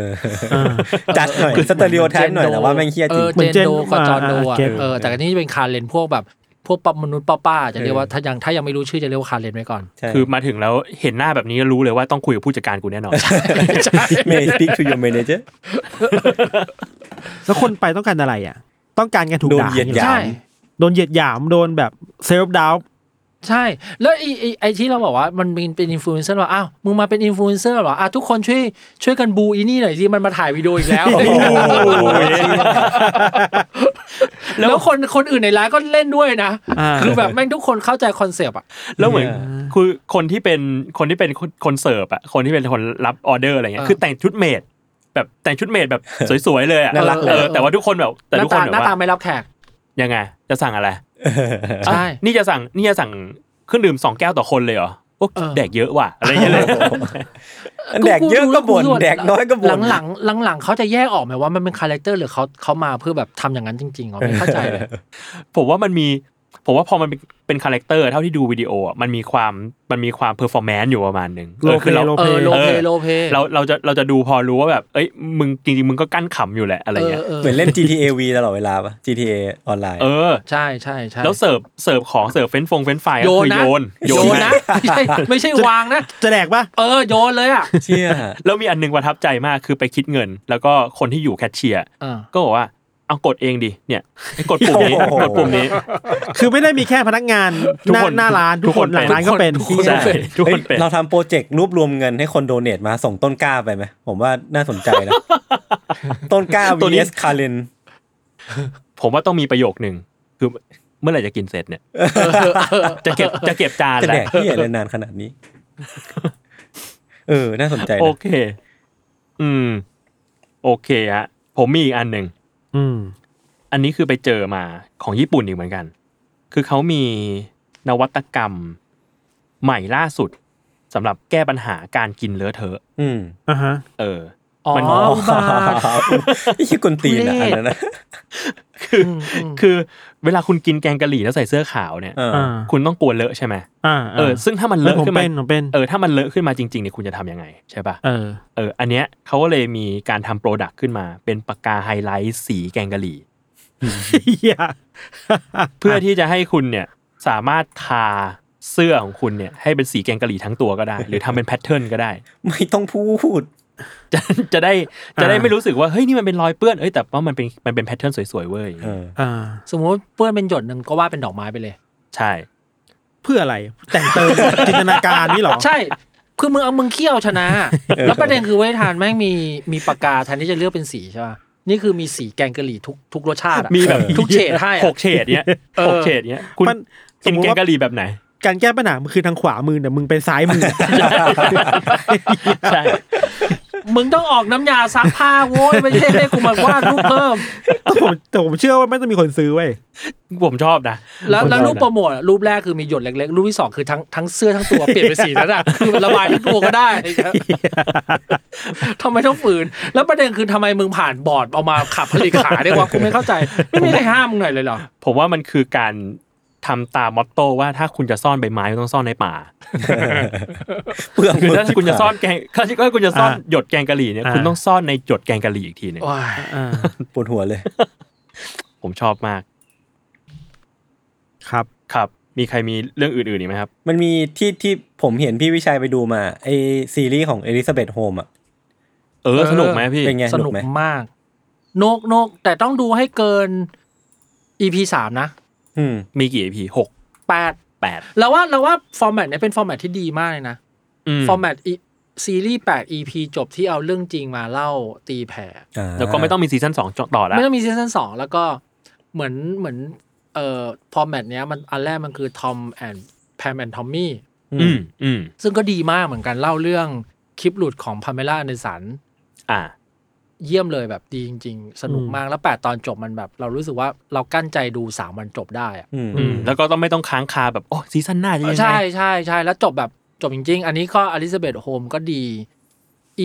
อจัดหน่อยสเตอริโอไทป์หน่อยแต่ว่าแม่งเคียจ
เอ
ริง
อ
เหมือน
เจ
เจ
น
น
โดกับจอนโด
อ่า
อะ
เก็ต
เออแต่อันนี้เป็นคาเลนพวกแบบ พวกปอบมนุษย์ป้าป้าจะเรียกว่าถ้ายังถ้ายังไม่รู้ชื่อจะเรียกว่าคาเรนไว้ก่อน
ใช่
คือมาถึงแล้วเห็นหน้าแบบนี้รู้เลยว่าต้องคุยกับผู้จัดการกูแน่นอน
May I speak to your manager
แล้วคนไปต้องการอะไรอ่ะ ต้องการการถูก
โดน
ด่า
เหยียดห
ใช่
ยา
ไห
ม
มโดนเหยียดหยามโดนแบบเซลฟ์ดาว
ใช่ แล้วไอ้ไอ้ไอ้ที่เราบอกว่ามันเป็นเป็นอินฟลูเอนเซอร์ว่าอ้าวมึงมาเป็นอินฟลูเอนเซอร์เหรออ่ะทุกคนช่วยช่วยกันบูอีนี่หน่อยสิมันมาถ่ายวิดีโออีกแล้ว แล้วคนคนอื่นในร้านก็เล่นด้วยนะ คือแบบแม่งทุกคนเข้าใจคอนเซปต์อ่ะ
แล้วเหมือนคือคนที่เป็นคนที่เป็นคนคนเสิร์ฟอะคนที่เป็นคนรับออเดอร์อะไรเงี้ย
อ่า
คือแต่งชุดเมดแบบแต่งชุดเมด แบบ สวยๆเลยอะ
น่ารักเลย
เออแต่ว่าทุกคนแบบ แต่
หน้า
ทุกค
ตาน
แบบ
หน้าตา
ว่า
ไม่รับแขก
ยังไง จะสั่งอะไร
ใช่
อ่ะนี่จะสั่งนี่จะสั่งเครื่องดื่มสองแก้วต่อคนเลยเหรอโอ้
เออ
แดกเยอะว่ะอะไรเงี้ยเลย
แดกเยอะก็บ่น
รู้สึว่า
แดกน้อยก็บ่น
หลังๆหลังๆเขาจะแยกออกไหมว่ามันเป็นคาแรคเตอร์หรือเขาเขามาเพื่อแบบทำอย่างนั้นจริงๆเหรอไม่เข้าใจเลย
ผมว่ามันมีผมว่าพอมันเป็นเป็นคาแรคเตอร์เท่าที่ดูวิดีโออะมันมีความมันมีความเพอร์ฟอร์แมนซ์อยู่ประมาณหนึ่ง
โล
เออ
เป
คือเรา
โล
เอ
เป
อโลเพ
เออ
โลเพ
เราเราจะเราจะดูพอรู้ว่าแบบเอ้ยมึงจริงๆ มึงก็กั้นขำอยู่แหละอะไรเงี้ย
เออ
เหมือนเล่น GTA V ตลอดเวลาป่ะ GTA ออนไลน์
เออ
ใช่ใช่ใช่
แล้วเสิร์ฟเสิร์ฟของเสิร์ฟเฟรนช์ฟงเฟรนช์ไฟก็
โยน
คือ
นะ
โยน
โยนนะ
แม่ง
ไม่ใช่ ไม่ใช่วางนะ
จะแดกปะ
เออโยนเลยอ่ะ
เชี่ย
แล้วมีอันหนึงประทับใจมากคือไปคิดเงิน แล้วก็คนที่อยู่แคชเชียร์
เออ
ก็บอกว่าเอากดเองดิเนี่ยไอ้กดปุ่มนี้
โอ้โห
กดปุ่มนี้
คือไม่ได้มีแค่พนักงาน
ทุก
หน้า
คน
หน้าร้าน
ทุ
ทุก
ก
ค
คน น
หลังร้านก็เป็น
ใช่ทุกคนเป็น
เฮ้ยเราทำโปรเจกต์รวบรวมเงินให้คนโดเน a มาส่งต้นกล้าไปไหม ผมว่าน่าสนใจ นะ ต้นกล้า vs คาเรน
ผมว่าต้องมีประโยคหนึ่งคือเมื่อไหร่จะกินเสร็จเนี่ยจะเก็บจะเก็บจาน
จะ
แห
แด
ละ
กที่ใหญ่เลยนานขนาดนี้ เออ น่าสนใจ
โอ
นะ
เค อืม โอเคฮะ ผมมีอีกอันหนึ่ง
อืม
อันนี้คือไปเจอมาของญี่ปุ่นอีกเหมือนกัน คือเขามีนวัตกรรมใหม่ล่าสุดสำหรับแก้ปัญหาการกินเลอะเทอะ
อืม
อ่าฮะ
เออ
อ๋อ
มัน
อุบาท
ไม่ใช่กุนตีนอะ
ทุเรศ
อันนั้นนะ
คืออ
มอืม
คือเวลาคุณกินแกงกะหรี่แล้วใส่เสื้อขาวเนี่ย
เออ
อ่า
คุณต้องกลัวเลอะใช่ไหม
อ่า
เออ ซึ่งถ้ามัน
เล
เลอะ
ผม
ขึ้นมา
เป็นผมเป็น
เออ ถ้ามันเลอะขึ้นมาจริงๆเนี่ยคุณจะทำยังไงใช่ป่ะ
เออ
เออ อันเนี้ยเขาก็เลยมีการทำโปรดักต์ขึ้นมา เป็นปากกาไฮไลท์สีแกงกะหรี่
เหี้ย
เพื่อที่จะให้คุณเนี่ยสามารถทาเสื้อของคุณเนี่ยให้เป็นสีแกงกะหรี่ทั้งตัวก็ได้ หรือทำเป็นแพทเทิร์นก็ได้
ไม่ต้องพูด
จะจะได้จะได้ไม่รู้สึกว่าเฮ้ยนี่มันเป็นรอยเปื้อนเอ้ยแต่ว่ามันเป็นมันเป็นแพทเทิร์นสวยๆเว้ย
เออ
อ่า
สมมติเปื้อนเป็นหยดหนึ่งก็ว่าเป็นดอกไม้ไปเลย
ใช่
เพื่ออะไรแต่งเติมจินตนาการนี่เหรอ
ใช่ คือมึงเอามึงเคี่ยวชนะ แล้วประเด็นคือเวยทานแม่งมีมีปากกาแทนที่จะเลือกเป็นสีใช่ป่ะนี่คือมีสีแกงกะหรี่ทุกทุกรสชาติอะ
มีแบบ
ทุกเฉดให้อะ
หกเฉดเนี้ยหกเฉดเนี้ยคุณ
มันส
กิ
ม
น
มุติ
แกง
ว่า
กะหรี่แบบไหน
การแก้ปัญหามันคือทางขวามือแต่มึงเป็นซ้ายมือ
ใช่
มึงต้องออกน้ำยาซักผ้าโว้ยไม่ใช่ให้กูมาวาดรูปเพิ่ม
ผมแต่ผมเชื่อว่าไม่ต้องมีคนซื้อเว้ย
ผมชอบนะ
แล้ว
ผมช
แล้
อ
ว
บนะ
รูปโปรโมทอะรูปแรกคือมีหยดเล็กๆ รูปที่สองคือทั้งทั้งเสื้อทั้งตัวเปลี่ยนเป็นสีนั้นอะคือระบายทั้งตัวก็ได้ทำไมต้องฝืน แล้วประเด็นคือทำไมมึงผ่านบอร์ดเอามาขับผลิตขายได้วะกูไม่เข้าใจ ไม่มีใครห้ามมึงหน่อยเลยเหรอ
ผมว่ามันคือการทำตามมอตโต้ว่าถ้าคุณจะซ่อนใบไม้คุณต้องซ่อนในป่า
เปลือง
คือถ้า
มื
คุณจะซ่อนแกงถ้าคุณจะซ่อน
อ่า
หยดแกงกะหรี่เนี่ย
อ่า
คุณต้องซ่อนในหยดแกงกะหรี่อีกทีหนึง
ว้าย
อ่า
ปวดหัวเลย
ผมชอบมาก
ครับ
ครับ มีใครมีเรื่องอื่นๆอีกไหมครับ
มันมีที่ที่ผมเห็นพี่วิชัยไปดูมา ไอซีรีส์ของเอลิซาเบธโฮมอ่ะ
เออ
เออ
สนุกไหมพี่
เป็นไง
ส
สนุ
นุ
ก
ก
ไหม
มาก โนกโนกแต่ต้องดูให้เกิน EP สามนะ
อืม
มีกี่ EP หก
แปด
แปด
เราว่าเราว่าฟอร์แมตเนี่ยเป็นฟอร์แมตที่ดีมากเลยนะ
ม
ฟอร์แมตซีรีส์แปด EP จบที่เอาเรื่องจริงมาเล่าตีแผ่
แล้วก็ไม่ต้องมีซีซั่นสองต่อละ
ไม่ต้องมีซีซั่นสองแล้วก็เหมือนเหมือนเอ่อฟอร์แมตเนี้ยมันอันแรกมันคือทอมแอนแพมแอนทอมมี่
อืมอืม
ซึ่งก็ดีมากเหมือนกันเล่าเรื่องคลิปหลุดของพาเมล่าเนสัน
อ่า
เยี่ยมเลยแบบดีจริง ๆ สนุกมากแล้ว 8 ตอนจบมันแบบ เรารู้สึกว่าเรากั้นใจดู 3 วันจบได้อะ
อืม
อืม แล้วก็ต้องไม่ต้องค้างคาแบบโอ้ซีซั่นหน้าจะยังไง
ใช่ใช่ใช่แล้วจบแบบจบจริง ๆ อันนี้ก็อลิซาเบธโฮมก็ดี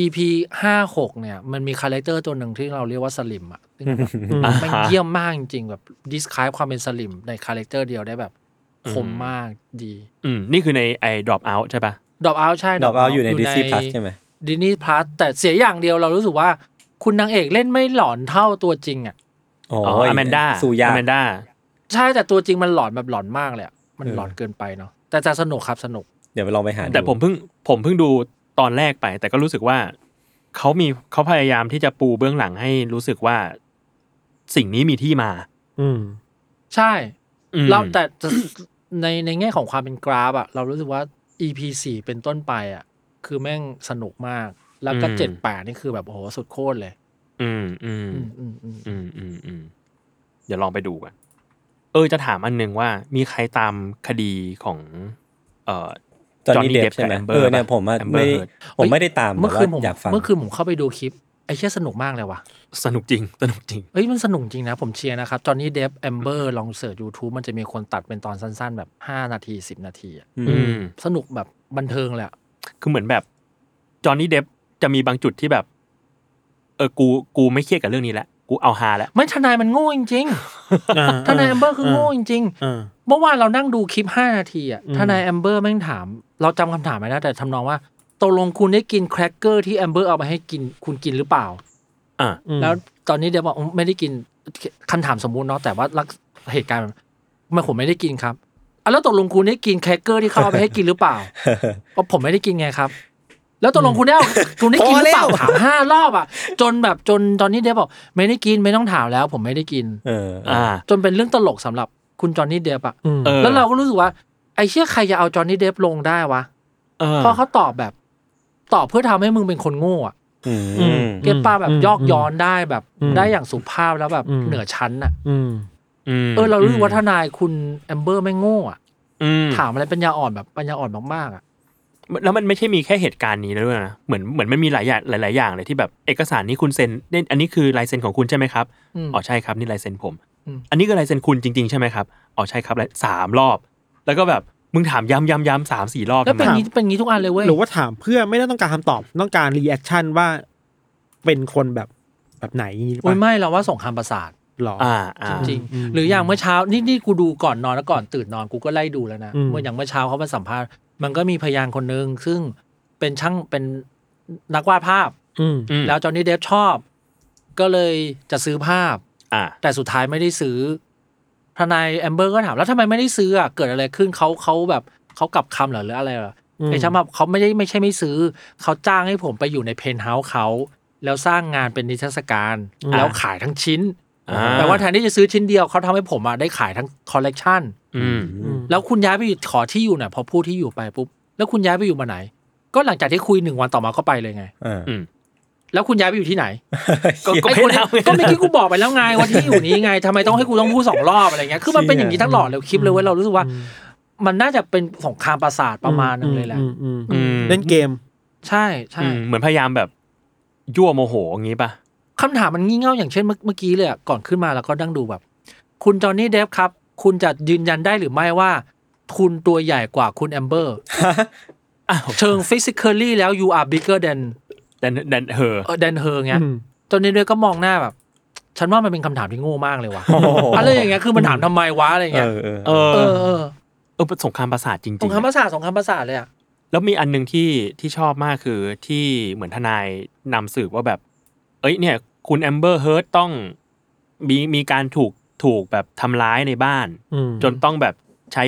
EP ห้าหกเนี่ยมันมีคาแรคเตอร์ตัวหนึ่งที่เราเรียกว่าสลิมอ่ะซึ่งแบบ
อ่า
มันเยี่ยมมากจริงๆ แบบดิสคายความเป็นสลิมในคาแรคเตอร์เดียวได้แบบคมมากดี
อืมนี่คือในไอ้ drop out ใช่ปะ
ดอกเอาใช่
ดอกเอา
Out
อยู่ใน Disney Plus ใช่ไหม
Disney Plus แต่เสียอย่างเดียวเรารู้สึกว่า คุณนางเอกเล่นไม่หลอนเท่าตัวจริงอ่ะ
อ๋อ
อ๋ออแมนด้า
สูยา
อแมนด้า
ใช่แต่ตัวจริงมันหลอนแบบหลอนมากเลยอะมันหลอนเกินไปเนาะแต่จะสนุกครับสนุก
เดี๋ยวไปลองไปหาดู
แต่ผมเพิ่งผมเพิ่งดูตอนแรกไป แต่ก็รู้สึกว่าเขามีเขาพยายามที่จะปูเบื้องหลังให้รู้สึกว่า สิ่งนี้มีที่มา
อืม
ใช่
อืม
เราแต่จะในในแง่ของความเป็นกราฟอะเรารู้สึกว่า EP สี่เป็นต้นไปอะคือแม่งสนุกมาก แล้วก็เจ็ดแปดนี่คือแบบโอ้โหสุดโคตรเลย
อืมอืม
อืมอืมอืม
อืมอืมอืมเดี๋ยวลองไปดูกัน เออจะถามอันหนึ่งว่ามีใครตามคดีของ เอ่อ
จอห์น
Johnny
นี่เด
Depp
บใช่ไหม
กับ Amber
เออเนี่ยผมอะ
ปะ Amber
ไม่ได้
Heard
ผมไม่ได้ตาม
เมื่อคืนผม
แต่ว่าอยากฟัง
เมื่อคืนผมเข้าไปดูคลิปไอ้เชี่ยสนุกมากเลยว่ะ
สนุกจริง สนุกจริง
เอ้ยมันสนุกจริงนะ ผมเชียร์นะครับจอห์นนี่เดฟแอมเบอร์ลองเสิร์ช YouTube มันจะมีคนตัดเป็นตอนสั้นๆ แบบ 5 นาที 10 นาทีอะ
อื
อื
ม
ม
สนุกแบบบันเทิงแหลยอะ
คือเหมือนแบบจอห์นนี่เดฟจะมีบางจุดที่แบบ เออกูกูไม่เครียดกับเรื่องนี้แล้วกูเอาฮาแล้ว
ไม่ทนายมันโง่จริงๆทนายแอมเบอร์คือโง่จริงๆ
อ่า
เมื่อวานเรานั่งดูคลิป 5 นาทีอ่ะ
อืม
ทนายแอมเบอร์แม่งถาม เราจำคำถามไม่ได้แต่ทำนองว่าตกลงคุณได้กินแครกเกอร์ที่แอมเบอร์เอามาให้กินคุณกินหรือเปล่า
อ่า
อืม
แล้วตอนนี้เดี๋ยวบอกอืมไม่ได้กินคำถามสมมุติเนาะแต่ว่าลักษเหตุการณ์มันมันผมไม่ได้กินครับอ่ะแล้วตกลงคุณได้กินแครกเกอร์ที่เขาเอาไปให้กินหรือ เปล่าเพราะผมไม่ได้กินไงครับ แล้วตกลงคุณได้เอาคุณได้กินหรือเปล่าถามห้ารอบอ่ะจนแบบจนตอนนี้เดี๋ยวบอกไม่ได้กินไม่ต้องถามแล้ว ผมไม่ได้กิน
เอออ่ะ
อ่า
จนเป็นเรื่องตลกสำหรับคุณจอห์นนี่เดปอะ
ม
เออ
แล้วเราก็รู้สึกว่า ไอ้เชี่ยใครจะเอาจอห์นนี่เดฟลงได้วะ
เออ
เพราะเขาตอบแบบ ตอบเพื่อทำให้มึงเป็นคนโง่อะ
อืม
เก็ตป้าแบบยอกย้อนได้แบบ
อืม
ได้อย่างสุภาพแล้วแบบ
อืม
เหนือชั้นอะ
อืม
ม
เออเรารู้สึกว่าทนายคุณแอมเบอร์ไม่งโง่อะ
อืม
ถามอะไรปัญญาอ่อนแบบปัญญาอ่อนมากๆอะ
แล้วมันไม่ใช่มีแค่เหตุการณ์นี้แล้วด้วยนะเหมือนเหมือนมันมีหลายอย่างหลาย ๆ อย่างเลยที่แบบเอกสารนี้คุณเซ็นเนี่ยอันนี้คือลายเซ็นของคุณใช่ไหมครับ
อืม
อ๋อใช่ครับนี่ลายเซ็นผม
อืม
อันนี้คือลายเซ็นคุณจริงๆ ใช่ไหมครับอ๋อใช่ครับลายสามรอบ แล้วก็แบบมึงถามย้ำย้ำย้ำสามสี่รอบ
แล้วเป็น
ทำไม
งี้เป็นงี้ทุกอันเลยเว้ย
หรือว่าถามเพื่อไม่ได้ต้องการคำตอบต้องการรีแอคชั่นว่าเป็นคนแบบแบบไหนอย่างนี้หรือเป
โอ้ย
ล่า
ไม่เราว่าส่งคำประสาท
หรอ
อ่าอ่า
จริง
อืม
หรืออย่างเมื่อเช้านี่นี่กูดูก่อนนอนแล้วก่อนตื่นนอนกูก็ไล่ดูแล้วนะ
อืม
เมื่ออย่างเมื่อเช้าเขามาสัมภาษณ์มันก็มีพยานคนนึงซึ่งเป็นช่างเป็นนักวาดภาพ
อืม
อืม
แล้วจอห์นนี่เดฟชอบ ก็เลยจะซื้อภาพ
อ่า
แต่สุดท้ายไม่ได้ซื้อ ทนายแอมเบอร์ก็ถาม แล้วทำไมไม่ได้ซื้ออ่ะเกิดอะไรขึ้นเขาเขาแบบเขากลับคำเหรอหรืออะไรเหรออ
ม
ไอ้ช่างภาพเขาไม่ได้ไม่ใช่ไม่ซื้อ เขาจ้างให้ผมไปอยู่ในเพนท์เฮาส์เขาแล้วสร้างงานเป็นนิทรรศการ แล้วขายทั้งชิ้น
อ่า
แต่ว่าแทนที่จะซื้อชิ้นเดียวเขาทำให้ผมอ่ะได้ขายทั้งคอลเลกชัน
อืม
แล้วคุณย้ายไปอยู่ขอที่อยู่หน่อยพอพูดที่อยู่ไปปุ๊บแล้วคุณย้ายไปอยู่มาไหน ก็หลังจากที่คุยหนึ่งวันต่อมาก็ไปเลยไง
อ่า
แล้วคุณย้ายไปอยู่ที่ไหน
ก็ก็
ไอ้คน
ไม่
นี้
เล่า
ก็เมื่อกี้กูบอกไปแล้วไงว่าที่อยู่นี้ไงทำไมต้องให้กูต้องพูดสองรอบอะไรเงี้ยคือมันเป็นอย่างนี้ตลอดเลยคลิปเลยเว้ยเรารู้สึกว่า มันน่าจะเป็นสงครามประสาทประมาณนึงเลยแหละ
อืมอืมอืม
อืม
เล่นเกม
ใช่ใช่
อืมเหมือนพยายามแบบยั่วโมโหอย่างงี้ป่ะ
คำถามมันงี่เง่าอย่างเช่นเมื่อเมื่อกี้เลยอะก่อนขึ้นมาแล้วก็นั่งดูแบบ คุณจอห์นนี่เดฟครับ คุณจะยืนยันได้หรือไม่ว่า คุณตัวใหญ่กว่าคุณแอมเบอร์
อ้าว
เชิงฟิสิกอลี่แล้ว you are bigger than
แดนแดนเฮอ
than her เงี้ย จนในเรือก็มองหน้าแบบ ฉันว่ามันเป็นคำถามที่โง่มากเลยว่ะ
โอ้โห
อะไรอย่างเงี้ยคือมันถามทำไมวะอะไร
เอ
เงี้ย
อเออ
เออ
เออเออ
เออเป็นสงครามประสาทจริงๆ
สงครามประสาทสงครามประสาทเลยอ่ะ
แล้วมีอันหนึ่งที่ที่ชอบมากคือที่เหมือนทนายนำสืบว่าแบบ เอ้ยเนี่ย คุณแอมเบอร์เฮิร์ตต้องมีมีการถูกถูกแบบทำร้ายในบ้าน จนต้องแบบใช้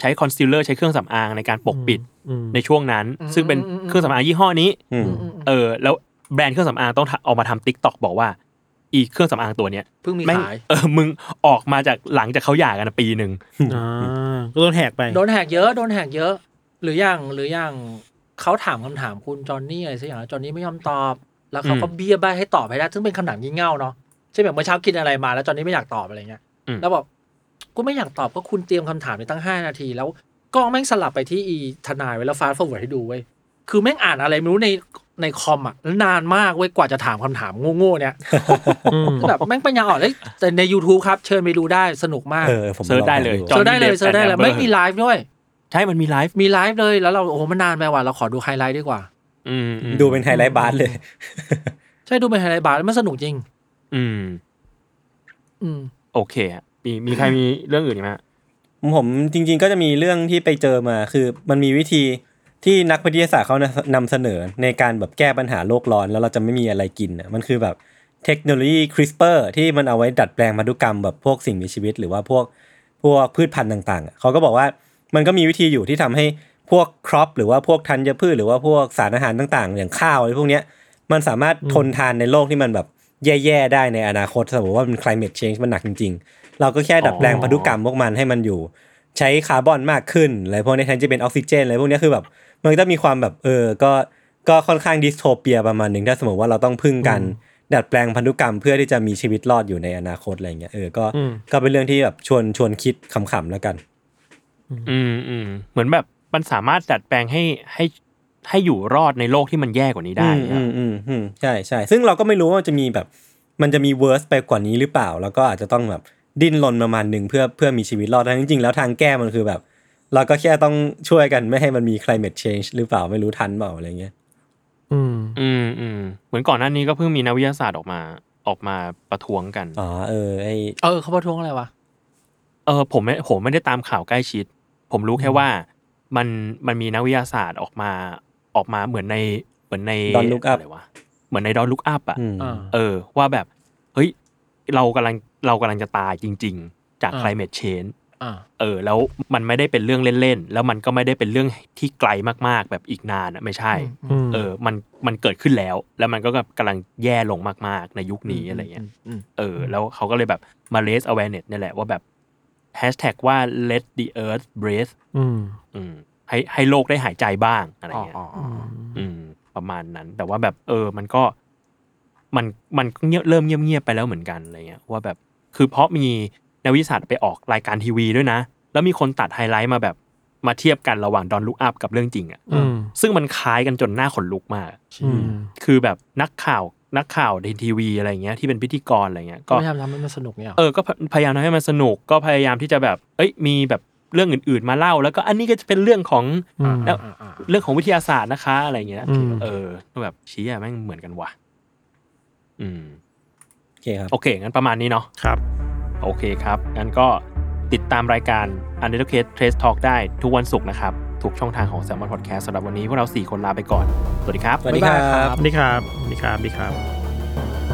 ใช้คอนซีลเลอร์ใช้เครื่องสำอางในการปกปิดในช่วงนั้น
อืม
ซึ่งเป็น
อืมอืม
เครื่องสำอางยี่ห้อนี้
อืม
เออ แล้วแบรนด์เครื่องสำอางต้องเอามาทำติ๊กต็อกบอกว่า อีเครื่องสำอางตัวเนี้ย
เพิ่งมี
แม่ง
ขาย
เออมึงออกมาจากหลังจากเขาหย่ากันนะปีหนึ่ง
อ่าก็โดนแหกไป
โดนแหกเยอะโดนแหกเยอะ หรืออย่างหรืออย่างเขาถามคำถามคุณจอห์นนี่อะไรสักอย่างแล้วจอห์นนี่ไม่ยอมตอบ แล้วเขาก็เบี้ยใบให้ตอบให้ได้ซึ่งเป็นคำถามยิ่งเง่าเนาะใช่แบบเมื่อเช้ากินอะไรมาแล้วจอห์นนี่ไม่อยากตอบอะไรเงี้ยแล้วบอกกูไม่อยากตอบก็คุณเตรียมคำถามนี้ตั้งห้านาที แล้วกล้องแม่งสลับไปที่อีทนายไว้แล้วฟาสต์ฟอร์เวิร์ดให้ดูเว้ยคือแม่งอ่านอะไรไม่รู้ในในคอมอ่ะแล้วนานมากเว้ยกว่าจะถามคำถามโง่ๆเนี่ยแบบแม่งปัญญาอ่อนเลยแต่ใน YouTube ครับเชิญไปดูได้สนุกมาก
เออผม
เซิร์ชได้เลย
อง
จอ
เจ
ห์
อน ได้
นี่
เลย
ฟ
เจอได้เลย
แนด์
ไม่
Amber
มีไลฟ์ด้วย
ใช่มันมีไลฟ์
มีไลฟ์เลยแล้วเราโอ้โหมันนานไปว่ะเราขอดูไฮไลท์ดีกว่า
อืมอืม
ดูเป็นไฮไลท์บาร์เลย
ใช่ดูเป็นไฮไลท์บาร์แล้วมันสนุกจริง
อืม
อืม
โอเคฮะมีมีใครมีเรื่องอื่นอีกไหมฮะ
ผมจริง ๆ ก็จะมีเรื่องที่ไปเจอมาคือมันมีวิธีที่นักวิทยาศาสตร์เขานำเสนอในการแบบแก้ปัญหาโลกร้อนแล้วเราจะไม่มีอะไรกินอ่ะมันคือแบบ เทคโนโลยี CRISPR ที่มันเอาไว้ดัดแปลงพันธุกรรมแบบพวกสิ่งมีชีวิต หรือว่าพวกพวกพืชพันธุ์ต่างๆอะเขาก็บอกว่ามันก็มีวิธีอยู่ที่ทำให้พวกครอปหรือว่าพวกธัญพืชหรือว่าพวกสารอาหารต่างๆ อย่างข้าวอะไรพวกเนี้ยมันสามารถทนทานในโลกที่มันแบบแย่ๆได้ในอนาคตสมมติว่ามัน climate change มันหนักจริง ๆ เราก็แค่ดัดแปลงพันธุกรรมพวกมันให้มันอยู่ ใช้คาร์บอนมากขึ้นอะไรพวกนี้แทนจะเป็นออกซิเจนอะไรพวกนี้คือแบบ มันก็จะมีความแบบเออก็ก็ค่อนข้างดิสโทเปียประมาณหนึ่งถ้าสมมติว่าเราต้องพึ่งกัน ดัดแปลงพันธุกรรมเพื่อที่จะมีชีวิตรอดอยู่ในอนาคตอะไรเงี้ยเออก็
อืม
ก็เป็นเรื่องที่แบบชวนชวนคิดขำๆแล้วกัน
อืมอืมเหมือนแบบมันสามารถดัดแปลงให้ให้ให้อยู่รอดในโลกที่มันแย่กว่านี้ได้
อื
อะ
มอืมอืมใช่ใช่ซึ่งเราก็ไม่รู้ว่ามันจะมีแบบ มันจะมีเวอร์สไปกว่านี้หรือเปล่า แล้วก็อาจจะต้องแบบดิ้นรนประมาณหนึ่งเพื่อเพื่อมีชีวิตรอดทั้งจริงๆแล้วทางแก้มันคือแบบ เราก็แค่ต้องช่วยกันไม่ให้มันมี climate change หรือเปล่าไม่รู้ทันเปล่าอะไรเงี้ย
อืม
อืมอืมเหมือนก่อนหน้านี้ก็เพิ่งมีนักวิทยาศาสตร์ออกมาออกมาประท้วงกัน
อ๋อเออไอ
เออเขาประท้วงอะไรวะ
เออผมไม่ผมไม่ได้ตามข่าวใกล้ชิด ผมรู้แค่ว่ามันมันมีนักวิทยาศาสตร์ออกมาออกมาเหมือนในเหมือนใน
Don't Look Up
อะไรวะเหมือนในดอนลุกอัพอ่ะ
อืม
อ่า
เออ ว่าแบบเฮ้ยเรากำลังเรากำลังจะตายจริง ๆ จาก
อ่า
climate change
อ่า
เออแล้วมันไม่ได้เป็นเรื่องเล่นๆ แล้วมันก็ไม่ได้เป็นเรื่องที่ไกลมากๆ แบบอีกนานอะไม่ใช่
อืม
เออมันมันเกิดขึ้นแล้ว แล้วมันก็กำลังแย่ลงมากๆ ในยุคนี้อะไรเงี้ย เออแล้วเขาก็เลยแบบมา raise awareness เนี่ยแหละว่าแบบ hashtag ว่า let the earth breathe
อืม
อืมให้ให้โลกได้หายใจบ้างอะไร
อ๋อ
เงี้ย
อ๋ออ๋อ
อืมประมาณนั้น แต่ว่าแบบเออมันก็มันมันก็เงียบเริ่มเงียบๆไปแล้วเหมือนกันอะไรเงี้ยว่าแบบคือเพราะมีนักวิทยาศาสตร์ไปออกรายการทีวีด้วยนะ แล้วมีคนตัดไฮไลท์มาแบบมาเทียบกันระหว่างดอนลุกอัพกับเรื่องจริงอะ
อืม
ซึ่งมันคล้ายกันจนหน้าขนลุกมาก
อืม
คือแบบนักข่าวนักข่าวในทีวีอะไรเงี้ยที่เป็นพิธีกรอะไรเงี้ยก็
พยายามทำให้มันสนุกเนี่ยหรอ
เออ ก็พพยายามทำให้มันสนุก ก็พยายามที่จะแบบ เอ้ย มีแบบเรื่องอื่นๆ มาเล่า แล้วก็อันนี้ก็จะเป็นเรื่องของ
อืม
แล้ว
าา
เรื่องของวิทยาศาสตร์นะคะ อะไรเงี้ย
อืม
เออก็แบบเชี้อะแม่งเหมือนกันว่ะ อืม
โอเคครับ
โอเค งั้นประมาณนี้เนาะ
ครับ
โอเคครับ งั้นก็ติดตามรายการ u n d e r c a s e Trace Talk ได้ทุกวันศุกร์นะครับ ทุกช่องทางของ s ซ l m o n Podcast สำหรับวันนี้พวกเรา 4 คนลาไปก่อน สวัสดีครับ
สวัสดีครับ
สวัสดีครับ สวัสดีครับ สวัสดีครับ